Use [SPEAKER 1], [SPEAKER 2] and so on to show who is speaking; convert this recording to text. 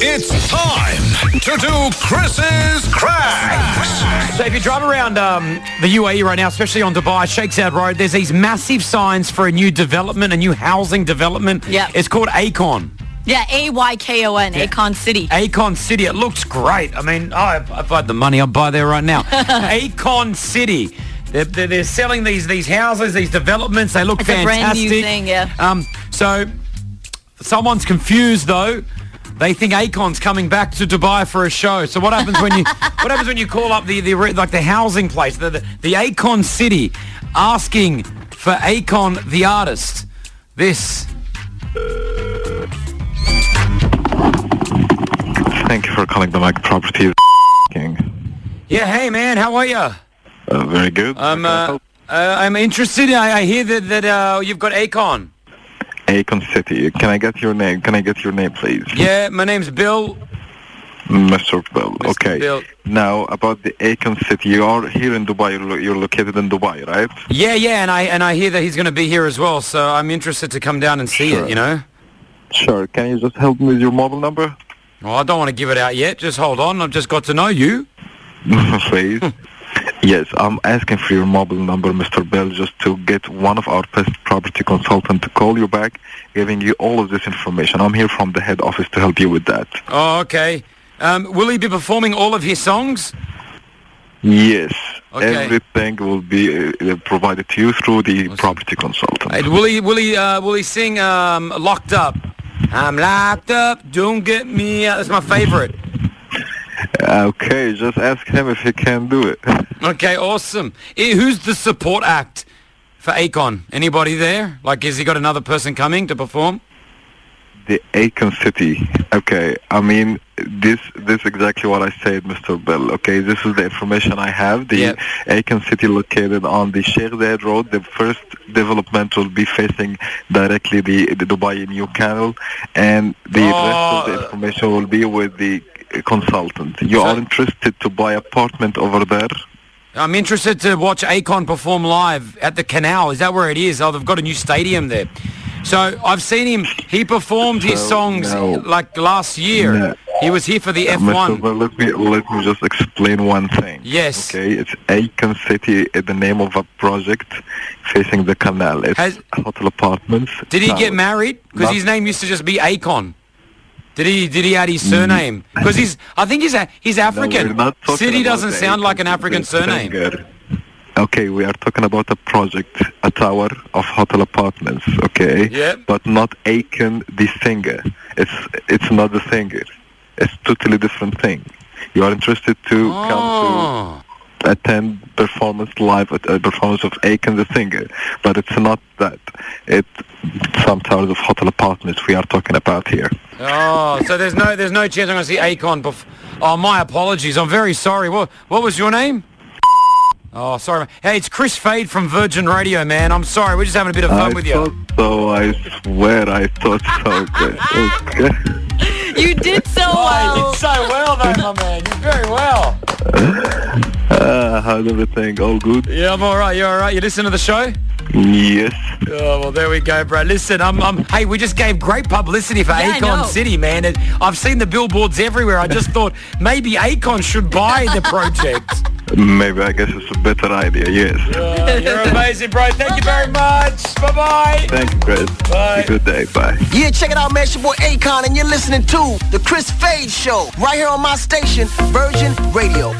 [SPEAKER 1] It's time to do Chris's cracks.
[SPEAKER 2] So if you drive around um, the UAE right now, especially on Dubai, Sheikh Zayed Road, there's these massive signs for a new development, a new housing development.
[SPEAKER 3] Yep.
[SPEAKER 2] It's called Acon.
[SPEAKER 3] Yeah, A Y K O N,
[SPEAKER 2] Yeah.
[SPEAKER 3] Akon City.
[SPEAKER 2] Acon City. It looks great. I mean, I, if I had the money, I'd buy there right now. Acon City. They're, they're, they're selling these these houses, these developments. They look
[SPEAKER 3] It's a brand
[SPEAKER 2] fantastic.
[SPEAKER 3] new thing, yeah.
[SPEAKER 2] Um, so someone's confused though. They think Acon's coming back to Dubai for a show. So what happens when you what happens when you call up the, the re- like the housing place, the, the the Akon City, asking for Akon the artist? This
[SPEAKER 4] Thank you for calling the Mike Properties. King.
[SPEAKER 2] yeah, hey man, how are you?
[SPEAKER 4] Uh, very good.
[SPEAKER 2] I'm
[SPEAKER 4] How can I
[SPEAKER 2] uh, uh,
[SPEAKER 4] help?
[SPEAKER 2] I'm interested. I, I hear that that uh, you've got Akon.
[SPEAKER 4] Akon City. Can I get your name? Can I get your name, please?
[SPEAKER 2] Yeah, my name's Bill.
[SPEAKER 4] Mr. Bill.
[SPEAKER 2] Mr.
[SPEAKER 4] Okay.
[SPEAKER 2] Bill.
[SPEAKER 4] Now about the Akon City. You are here in Dubai. You're, lo- you're located in Dubai, right?
[SPEAKER 2] Yeah, yeah, and I and I hear that he's going to be here as well. So I'm interested to come down and see
[SPEAKER 4] Sure.
[SPEAKER 2] it. You know.
[SPEAKER 4] Sure. Can you just help me with your mobile number,
[SPEAKER 2] Well, I don't want to give it out yet. Just hold on. I've just got to know you.
[SPEAKER 4] please? yes, I'm asking for your mobile number, Mr. Bell, just to get one of our best property consultant to call you back, giving you all of this information. I'm here from the head office to help you with that.
[SPEAKER 2] Oh, okay. Um, will he be performing all of his songs?
[SPEAKER 4] Yes.
[SPEAKER 2] Okay.
[SPEAKER 4] Everything will be uh, provided to you through the property consultant.
[SPEAKER 2] Uh, Will he? Will he? Uh, will he sing um, "Locked Up"? I'm locked up. Don't get me out. That's my favorite.
[SPEAKER 4] Okay, just ask him if he can do it.
[SPEAKER 2] Okay, awesome. Eh, who's the support act for Akon? Anybody there? Like, has he got another person coming to perform?
[SPEAKER 4] The Aiken City. Okay, I mean this this exactly what I said, Mr. Bell. Okay, this is the information I have. The
[SPEAKER 2] Yep.
[SPEAKER 4] Aiken City located on the Sheikh Zayed Road. The first development will be facing directly the, the Dubai New Canal, and the rest of
[SPEAKER 2] Oh.
[SPEAKER 4] the information will be with the consultant. You
[SPEAKER 2] So-
[SPEAKER 4] are interested to buy apartment over there?
[SPEAKER 2] I'm interested to watch Akon perform live at the Canal. Is that where it is? Oh, they've got a new stadium there. So I've seen him. He performed his
[SPEAKER 4] So,
[SPEAKER 2] songs
[SPEAKER 4] no.
[SPEAKER 2] like last year.
[SPEAKER 4] No.
[SPEAKER 2] He was here for the
[SPEAKER 4] Mr.
[SPEAKER 2] F1.
[SPEAKER 4] Well, let me let me just explain one thing.
[SPEAKER 2] Yes.
[SPEAKER 4] Okay, it's Aiken City, uh, the name of a project facing the canal. It's
[SPEAKER 2] Has-
[SPEAKER 4] hotel apartments.
[SPEAKER 2] Did he
[SPEAKER 4] Now,
[SPEAKER 2] get married? Because
[SPEAKER 4] No.
[SPEAKER 2] his name used to just be Akon. Did he? Did he add his surname? Because he's. I think he's. A, he's
[SPEAKER 4] Mm. no, we're
[SPEAKER 2] African.
[SPEAKER 4] not talking
[SPEAKER 2] City
[SPEAKER 4] about
[SPEAKER 2] doesn't
[SPEAKER 4] the
[SPEAKER 2] sound like an
[SPEAKER 4] Aiken
[SPEAKER 2] African
[SPEAKER 4] City
[SPEAKER 2] surname.
[SPEAKER 4] singer. Okay, we are talking about a project, a tower of hotel apartments. Okay.
[SPEAKER 2] Yeah.
[SPEAKER 4] But not Aiken the singer. It's it's not the singer. It's totally different thing. You are interested to come to
[SPEAKER 2] Oh.
[SPEAKER 4] attend performance live at a performance of Aiken the singer, but it's not that. It's some towers of hotel apartments we are talking about here.
[SPEAKER 2] Oh, so there's no there's no chance I'm going to see Akon. Bef- oh, my apologies. I'm very sorry. What what was your name? Oh, sorry. man. Hey, it's Chris Fade from Virgin Radio, man. I'm sorry. We're just having a bit of fun
[SPEAKER 4] I
[SPEAKER 2] with
[SPEAKER 4] thought
[SPEAKER 2] you.
[SPEAKER 4] so. I swear, I thought so. Okay. okay.
[SPEAKER 3] You did so
[SPEAKER 2] Oh, you
[SPEAKER 3] well.
[SPEAKER 2] did so well, though, my man. You did very well.
[SPEAKER 4] Uh, how's everything? All good?
[SPEAKER 2] Yeah, I'm all right. You're all right. You listen to the show?
[SPEAKER 4] Yes.
[SPEAKER 2] Oh, well, there we go, bro. Listen, I'm, I'm, hey, we just gave great publicity for
[SPEAKER 3] Yeah, I
[SPEAKER 2] Akon
[SPEAKER 3] know.
[SPEAKER 2] City, man. It, I've seen the billboards everywhere. I just thought maybe Akon should buy the project.
[SPEAKER 4] Maybe I guess it's a better idea. Yes.
[SPEAKER 2] Uh, you're amazing, bro. Thank you very much. Bye-bye.
[SPEAKER 4] Thank you, Chris.
[SPEAKER 2] Bye.
[SPEAKER 4] Good day. Bye.
[SPEAKER 5] Yeah, check it out, man. It's your boy Akon, and you're listening to The Chris Fade Show right here on my station, Virgin Radio.